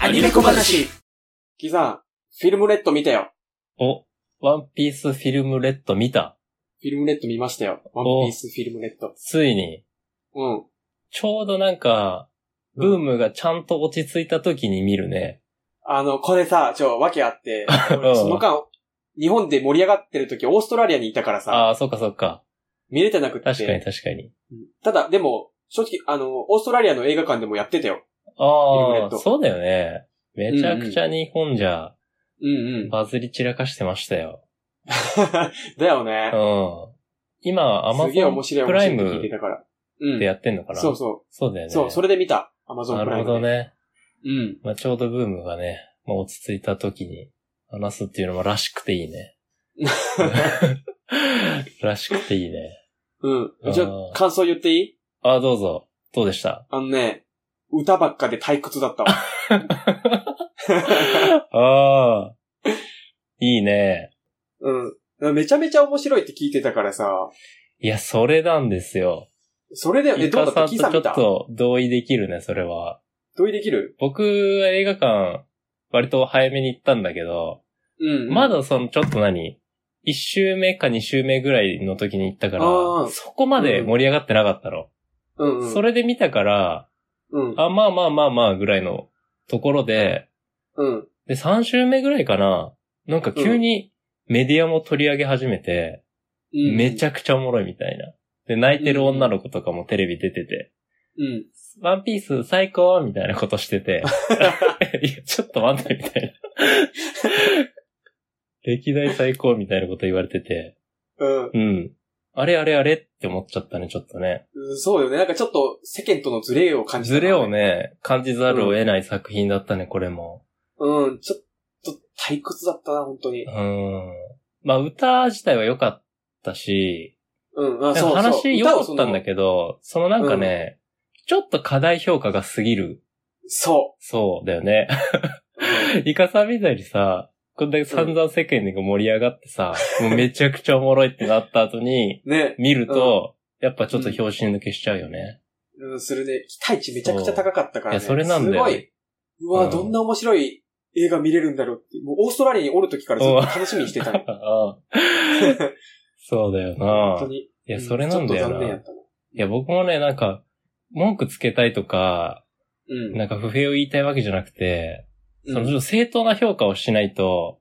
アニメ小話キザン、フィルムレッド見たよ。お、ワンピースフィルムレッド見た。フィルムレッド見ましたよ。ワンピースフィルムレッド。ついに、うん。ちょうどなんか、ブームがちゃんと落ち着いた時に見るね。あの、これさ、ちょ、わけあって、 うん俺その間、日本で盛り上がってる時、オーストラリアにいたからさ、ああ、そっかそっか。見れてなくって。確かに確かに。うんただ、でも、正直、あの、オーストラリアの映画館でもやってたよ。フィルムレあッあ、ドそうだよね。めちゃくちゃ日本じゃうんうん。バズり散らかしてましたよ。 だよねう。ん。今、アマすげえゾ面白い面ンプラ白いイって聞いてムたから。うん。でやってんのかなそうそう。そうだよね。そう、それで見た。アマゾなンプるライほムで。どね。うん。まあ、ちょうどブームがね、まあ、落ち着いた時に話すっていうのもらしくてい いね。らしくていいね。うん。じゃあー感想言っていいああ、どうぞ。どうでした あのね、歌ばっかで退屈だったわ。ああ。いいね。うん。めちゃめちゃ面白いって聞いてたからさ、いや、それなんですよ。それで、え、イどうだっカさたんとキちザょ見ったと同意できるね、それは。同意できる僕は映画館、割と早めに行ったんだけど、うん。まだその、ちょっと何一周目か二周目ぐらいの時に行ったからあー、そこまで盛り上がってなかったの。うん、うん。それで見たから、うん。あ、まあまあまあまあぐらいのところで、うん。で、3週目ぐらいかな、なんか急にメディアも取り上げ始めて、うん。めちゃ、ゃくちゃおもろいみたいな。で、泣いてる女の子とかもテレビ出てて、うん。ワンピース最高みたいなことし てて、いや、ちょっと待ってみたいな。 歴代最高みたいなこと言われてて、うんうん。あれあれあれって思っちゃったね、ちょっとね。うん。そうよね。なんかちょっと世間とのズレを感じた、ズレを。ね、感じざるを得ない作品だったね、これも。うん。ちょっと退屈だったな、本当に。うん。まあ、歌自体は良かったし、うん。あ、でそうもそう。話良かったんだけけど、そのなんかね、ちょっと過大評価が過ぎる。ど。そそうだよね。 う。うんイカさんみたいにさ、こんだけ散々世間で盛り上がってさ、もうめちゃくちゃおもろいってなった後に、ね。見ると、やっぱちょっと拍子抜けしちゃうよね。うん、するね。期待値めちゃくちゃ高かったからね。そういやそれなんだよすごい。うわ、うんどんな面白い映画見れるんだろうって。もうオーストラリアにおる時からずっと楽しみにして たの。ああそうだよ本当な。に。いや、それなんだよちょっと残な。念やいったな。や、僕もね、なんか、文句つけたいとか、うん。なんか不平を言いたいわけじゃなくて、うんそのちょっと正当な評価をしないと、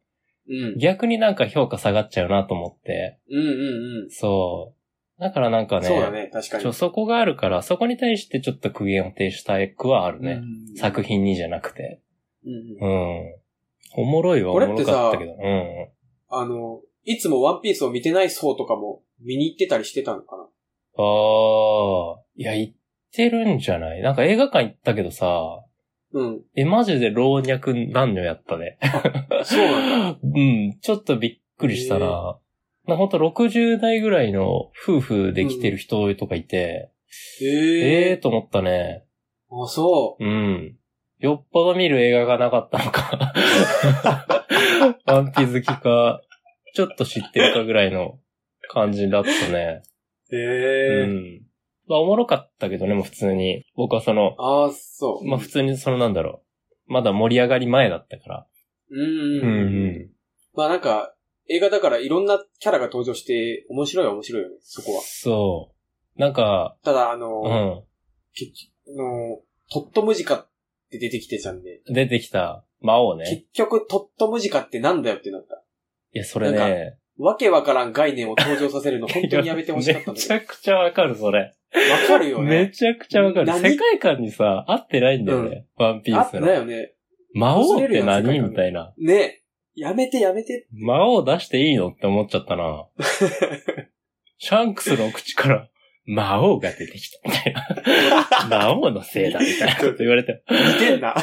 うん。逆になんか評価下がっちゃうなと思って、うんうんうん。そう。だからなんかね、そうだね、確かちょに。そこがあるから、そこに対してちょっと苦言を呈したいくはあるね。うん作。品にじゃなくて。うんううんん。おもろいはおもろかったけど。うん。あの、いつもワンピースを見てない層とかも見に行ってたりしてたのかなああ、いや、言ってるんじゃないなんか映画館行ったけどさ、うん。え、マジで老若男女やったね。そうなんだ。うん、ちょっとびっくりしたへな。なほんと60代ぐらいの夫婦で来てる人とかいて、ええええー、と思ったね。あ、そうん。よっぽど見る映画がなかった のか。ワンピ好きか、ちょっと知ってるかぐらいの感じだったね。う。うええん。まあ、おもろかったけどね、もう普通に。僕はその、ああ、そう。まあ、普通にそのなんだろう。まだ盛り上がり前だったから。うんううんうん。まあなんか、映画だからいろんなキャラが登場して、面白いは面白いよね、そこは。そう。なんか、ただ、あうの、ん。結局、あの、トットムジカって出てきてたんで、出てきた魔王ね。結局トットムジカってなんだよってなった。いや、それなね。わけわからん概念を登場させ るの本当にやめてほしかったんだめけちど。ゃくちゃわかる、それ。わかるよめね。ちゃくちゃわかる。何世界観にさ、合ってないんだよね。ワンピあーっスたの。よね。魔王って崩れる何よねみたいな。ねやめてやめて。魔王出していいのって思っちゃった な。シャンクスの口から、魔王が出てきた。みたいな。魔王のせいだ、みたいなこと言わ れて。似てん な。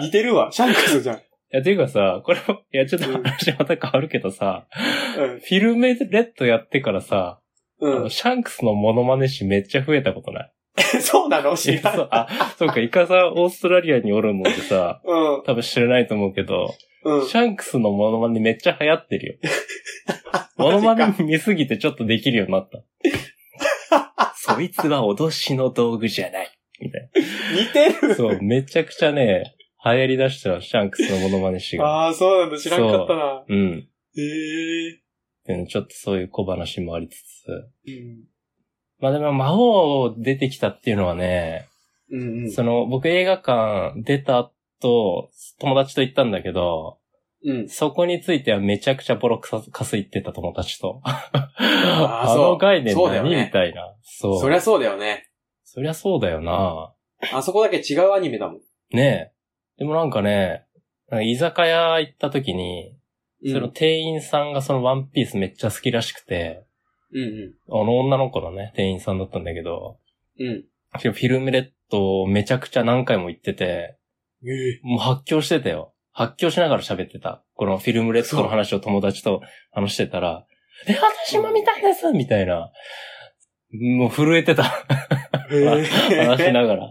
似てるわ。シャンクスじゃん。いや、ていうかさ、これも、いや、ちょっと話また変わるけどさ、フィルムレッドやってからさ、うあん。うのん。シャンクスのモノマネ師めっちゃ増えたことない そうなのい知やらそん。う、あ、そうか、イカさんオーストラリアにおるのでさ、うん。多分知らないと思うけど、うん。シャンクスのモノマネめっちゃ流行ってるよ。モノマネ見すぎてちょっとできるようにな った。そいつは脅しの道具じゃない。みたい似てる。な。そう、めちゃくちゃね、流行り出したらシャンクスのモノマネ師が。ああ、そうなんだ。知らんかったな。うん。ええでねちょっとそういう小話もありつつ。うん。まあでも魔王出てきたっていうのはね、うんうん。その僕映画館出た後、友達と行ったんだけど、うん。そこについてはめちゃくちゃボロクサかす言ってた友達 と。あーそうの概念そうだ何、よねみたいな。そう。そりゃそうだよね。そりゃそうだよな。あそこだけ違うアニメだもん。ねえ。でもなんかね、なんか居酒屋行った時に、うん。その店員さんがそのワンピースめっちゃ好きらしくて、うんうあの女の子のね、店員さんだったんだけど、ん。うん。フィルムレットをめちゃくちゃ何回も行ってて、ええもう発狂してたよ。発狂しながら喋ってた。このフィルムレッドの話を友達と話してたら、え、私も見たいですみたいな。もう震えてた。 話しながら。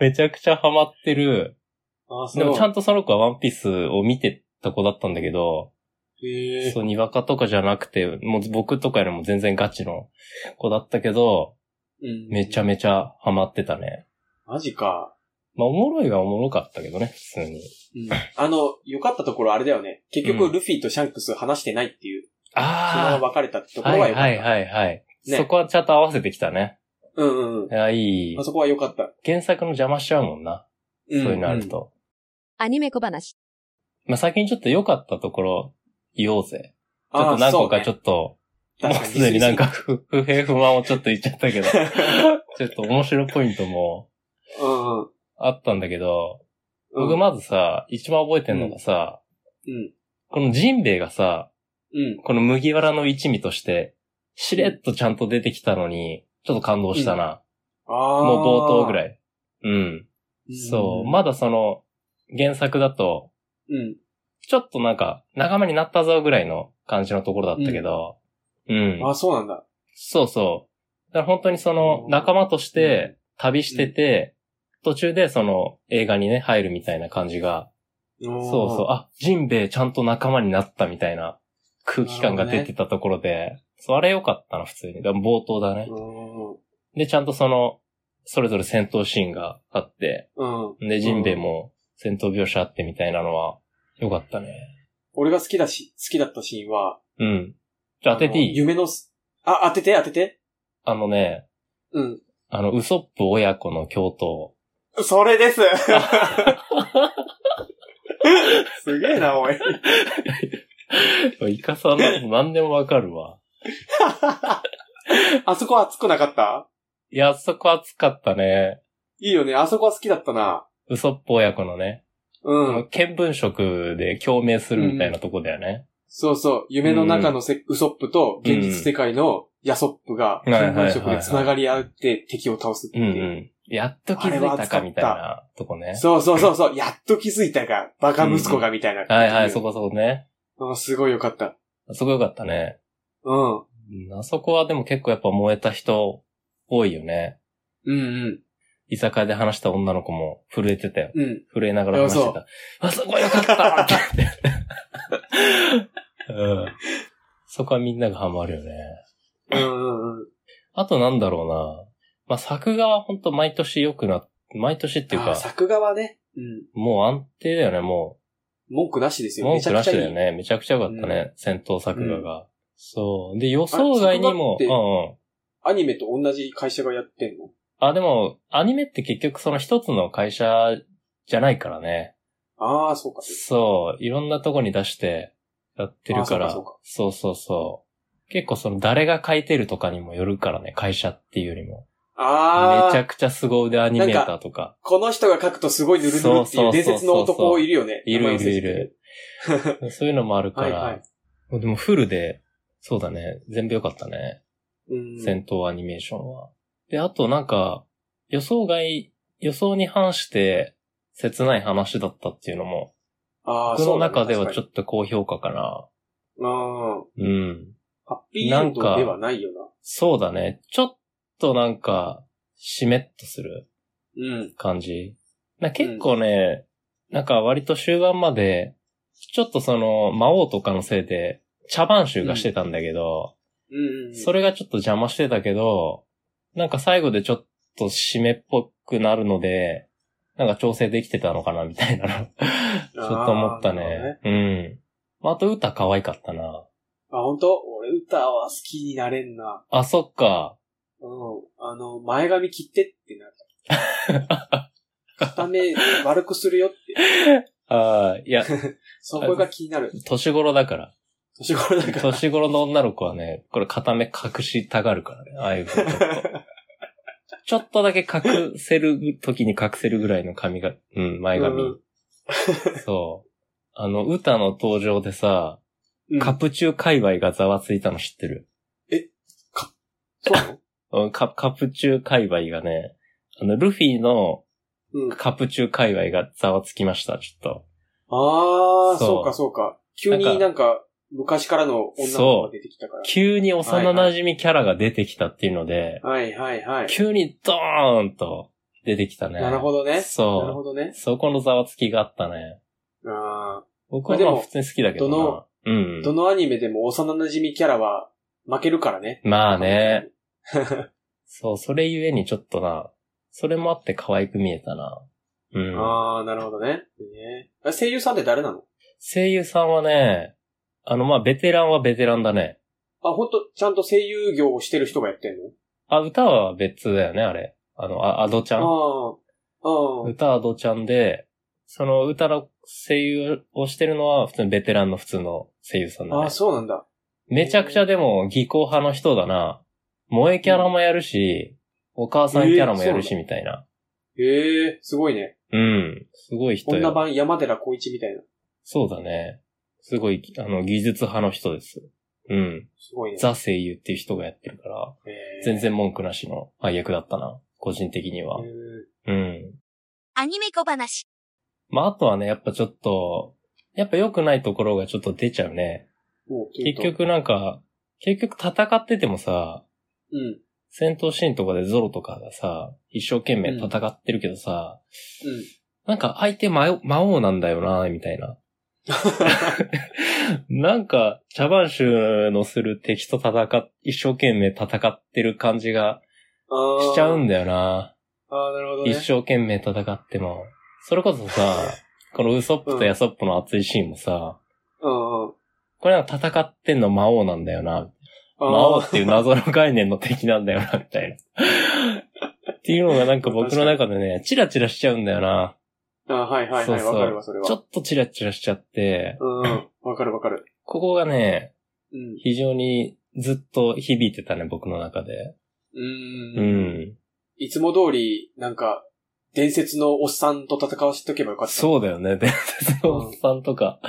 めちゃくちゃハマってる。あ、そう。でもちゃんとその子はワンピースを見てた子だったんだけど、ええそう、にわかとかじゃなくて、もう僕とかよりも全然ガチの子だったけど、うんめちゃめちゃハマってたね。マジか。まあ、おもろいはおもろかったけどね、普通に。うん。あの、良かったところあれだよね。結う局、んルフィとシャンクス話してないっていう、そのまああま別れたってとこはろがい良かった。はいはいはい。ねそこはちゃんと合わせてきたね。うんうんうんい。や、いいあ。そこは良かった。原作の邪魔しちゃうもんな。うんそういうのある。と。アニメ小話。まあ、先にちょっと良かったところ言おうぜ。ちょっと何個かちょっっと、ともうすでになんか。不 不平不満をちょっと言っちゃった けど、ちょっと面白ポイントもうんうん。あったんだけど、うん僕まずさ、一番覚えてんのがさ、うんこのジンベイがさ、うん。この麦わらの一味として、しれっとちゃんと出てきたのに、ちょっと感動したな。ああ。もう冒頭ぐい。らい。うん。そう。ま、まだその、原作だと、うん。ちょっとなんか、仲間になったぞぐらいの感じのところだったけど、うん。あ、そうなんだ。そうそう。だから本当にそのう、ん仲間として旅してて、途中でその映画にね、入るみたいな感じが、そそうそう、あ、ジンベエちゃんと仲間になったみたいな空気感が出てたところで、そうあれ良かったな、普通に。だから冒頭だね。うで、ちゃんとその、それぞれ戦闘シーンがあって、ん。うん。で、ジンベイも戦闘描写あってみたいなのは、よかったね。俺が好きだし、好きだったシーンは、うん。じゃあ当ててあのいい夢のす、あ、当てて、当てて。あのね、うん。あの、ウソップ親子の共闘。それです すげえな、おい。 イカさんのこと 何でもわかるわ。 あそこ熱くなかったいや、そこ熱かったね。いいよね、あそこは好きだったな。ウソップ親子のね、うあのん。見聞色で共鳴するみたいなとこだよね。そうそう。夢の中のせ、ウソップと現実世界のヤソップが、うんはいはいはいはい色で繋がり合って敵を倒すってうん、うん、いう。やっと気づいたかみたいなとこね。そうそうそうそう。やっと気づいたか。バカ息子がみたいな。はいはい、そこ。こそこね。うんすごいよかった。そこよかったね。うん。うんあそこはでも結構やっぱ燃えた人多いよね。うんうん。居酒屋で話した女の子も震えてたよ。うん。震えながら話してた。あ、そこよかったって言って。うん。そこはみんながハマるよね。うんうんうん。あとなんだろうな。まあ、作画はほんと毎年良くな、毎年っていうあーか、作画はね、うん。もう安定だよね、も文句なしですう。よ。文めち句ゃなくしちゃだいよい。ね。めちゃくちゃ良かったね、戦闘作画が。そう。で、予想外にもあ、れ作画うんうん。アニメと同じ会社がやってんのあ、でも、アニメって結局その一つの会社じゃないからね。ああ、そうか。そう、いろんなとこに出してやってるから、あそそううかそうそう結構その誰が書いてるとかにもよるからね、会社っていうよりも。あめちあゃ、くちゃ凄腕アニメーターとか、この人が書くとすごいぬるぬるってそいうそうそうそうう伝説の男いるよね。いるいるい名前忘れる。そういうのもあるかはいら、はい。でもフルで、そうだね、全部良かったね、うん。戦闘アニメーションは。で、あとなんか、予想外、予想に反して、切ない話だったっていうのも、ああ、僕そのうなんだ。中ではちょっっと高評価かな。と。うん。うん。ハッピーエンドではないよそうだね。ちょっとなんか、しめっとするな。うん。感じ。な結構ね、なんか割と終盤まで、ちょっとその、魔王とかのせいで、茶番集がしてたんだけど、うん。それがちょっと邪魔してたけど、なんか最後でちょっと締めっぽくなるので、なんか調整できてたのかな、み たいなの。ちょっと思ったなるほどね。うん。まああと歌可愛かったな。あ、本当俺歌は好きになれんな。あ、そっか。うん。あの、前髪切ってってなった。片目悪くするよって。ああ、いや、そこが気にな る。年頃だから。年頃だから。 年頃の女の子はね、これ片目隠したがるからね。ああいうことちょっと。 ちょっとだけ隠せる時に隠せるぐらいの髪が、うん、前髪。うんそう。あの、歌の登場でさ、うんカプチュー界隈がざわついたの知ってる、そうなのうん、カカプチュー界隈がね、あの、ルフィのうん。カプチュー界隈がざわつきました、ちょっあそうあ、そうかそうか。急になんか、昔からの女の子が出てきたかと。急に幼馴染みキャラが出てきたっていうので、ら。はいはいはい。急にドーンと出てきたね。なるほどね。そう。なるほどね。そこのざわつきがあったね。あ僕まはあでまもあ普通に好きだけどな。どのうんー。どのアニメでも幼馴染キャラは負けるからね。まあね。そう、それゆえにちょっとな、それもあって可愛く見えたな。うん。ああ、なるほどね。ねあ声優さんって誰なの声優さんはね、あの、まあ、ベテランはベテランだね。あ、ほんと、ちゃんと声優業をしてる人がやってんのあ、歌は別だよね、あれ。あの、あアドちゃん。ああ、うん。歌アドちゃんで、その歌の声優をしてるのは普通にベテランの普通の声優さんだね。ああ、そうなんだ。めちゃくちゃでも技巧派の人だな。萌えキャラもやるし、お母さんキャラもやるし、みたいな。へえ、すごいね。うん。すごい人女よ。版山寺宏一みたいな。そうだね。すごい、あの、技術派の人です。うん。すごいね。ザ声優っていう人がやってるから、へー全。然文句なしの配役だったな。個人的にはへ。ーうん。アニメ小話。まあ、あとはね、やっぱちょっと、やっぱ良くないところがちょっと出ちゃうね。もう結、局なんか、結局戦っててもさ、うん。戦闘シーンとかでゾロとかがさ、一生懸命戦ってるけどさ、うん。なんか相手魔魔王なんだよな、みたいな。 なんか、茶番集のする敵と戦っ、一生懸命戦ってる感じがああ。しちゃうんだ。だよな。ああ、なるほどね。一生懸命戦っても。それこそさ、このウソップとヤソップの熱いシーンもさ、うんうん。これは戦ってんの魔王なんだよな。魔王ああっていう謎の概念の敵なんだよな、みたいな。 っていうのがなんか僕の中でね、チラチラしちゃうんだよな。ああ、はいはいそうはい。そうわかるわ、それは。ちょっとチラチラしちゃって、うん。わかるわかる。ここがね、うん。非常にずっと響いてたね、僕の中で。ううん。ん。いつも通り、なんか、伝説のおっさんと戦わせておけばよかった。う。そうだよね、伝説のおっさんと か。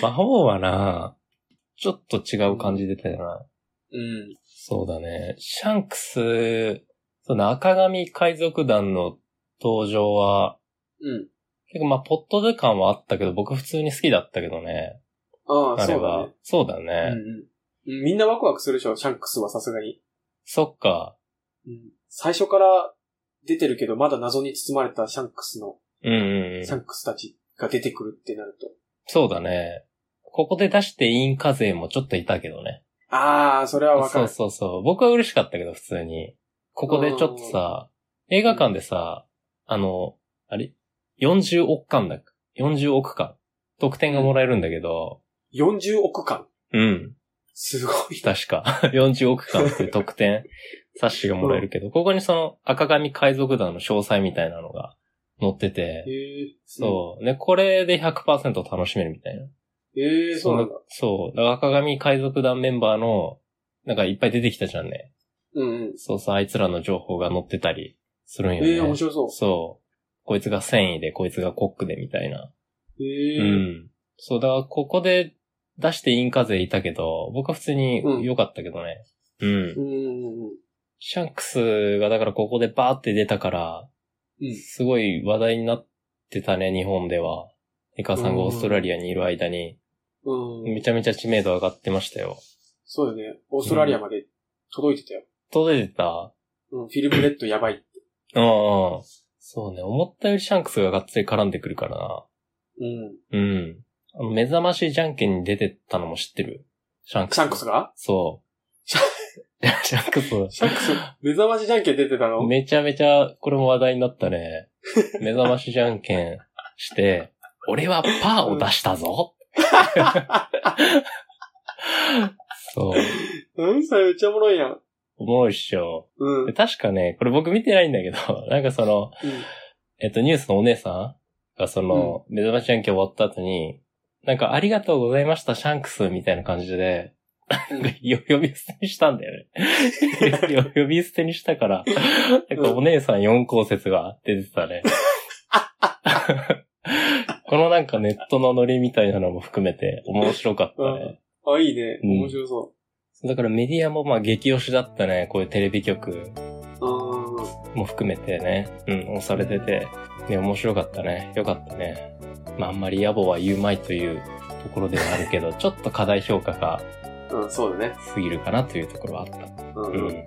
魔王はな、ちょっと違う感じ出たよな。うん。そうだね。シャンクス、その赤髪海賊団の登場は、うん。結構まあ、ポットで感はあったけど、僕普通に好きだったけどね。ああ、あれそうだはね。。そうだうね。んうんうん。みんなワクワクするでしょ、シャンクスはさすがに。そっか。うん。最初から出てるけど、まだ謎に包まれたシャンクスの、うんうんうんシ。ャンクスたちが出てくるってなると。そうだね。ここで出してイン課税もちょっといたけどね。ああ、それはわかそうる。そうそう。僕は嬉しかったけど、普通に。ここでちょっとさ、映画館でさ、あの、あれ ?40 億巻だ。40億巻。得点がもらえるんだけど、 40億間。うん。すごいな。確か。40億 巻っていう得点、冊子がもらえるけど、ここにその赤髪海賊団の詳細みたいなのが載ってへて、え。そう。ね、これで100%楽しめるみたいな。うん。へえ、そうなんだ。そう。だから赤髪海賊団メンバーの、なんかいっぱい出てきたじゃんね。うんうん。そうそう、あいつらの情報が載ってたりするんよね。ええ、面白そそう。こいつが繊維で、こいつがコックで、みたいな。う。うへえ。ん。そう、だからここで出してインカ勢いたけど、僕は普通に良かったけどね。うん。うんうんうん。シャンクスがだからここでバーって出たから、うんすごい話題になってたね、日本では。エカさんがオーストラリアにいる間に、うん。めちゃめちゃ知名度上がってましたよ。そうだね。オーストラリアまで届いてたよ。届いてたうん、フィルムレッドやばい。うんうん。そうね。思ったよりシャンクスががっつり絡んでくるからな。うん。うん。あの、目覚ましじゃんけんに出てったのも知ってる。シャンクス。 シャンクスがそシャンクス。シャンクス、目覚ましじゃんけん出てたのめちゃめちゃ、これも話題になったね。目覚ましじゃんけん して、俺はパーを出した ぞ。そう。うん、それめっちゃおもろいやん。おもろいっしょ。うん。うでん。確かね、これ僕見てないんだけど、なんかその、えっと、ニュースのお姉さんがその、目覚ましじゃんけん終わった後に、なんかありがとうございました、シャンクスみたいな感じで、なんか よ呼び捨てにしたんだよ ね。よ呼び捨てにしたから、なんかお姉さん4項説が出て たね。このなんかネットのノリみたいなのも含めて面白かったね。あ、いいね。うん面白そだからメディアもまあ激推しだったね、こういうテレビ局う。うん。も含めてね、うん、押されてて、ね、面白かったね。よかったね。まあ、あんまり野暮は言うまいというところではあるけど、ちょっと課題評価がうん、そうだね。過ぎるかなというところはあった。うん。うん。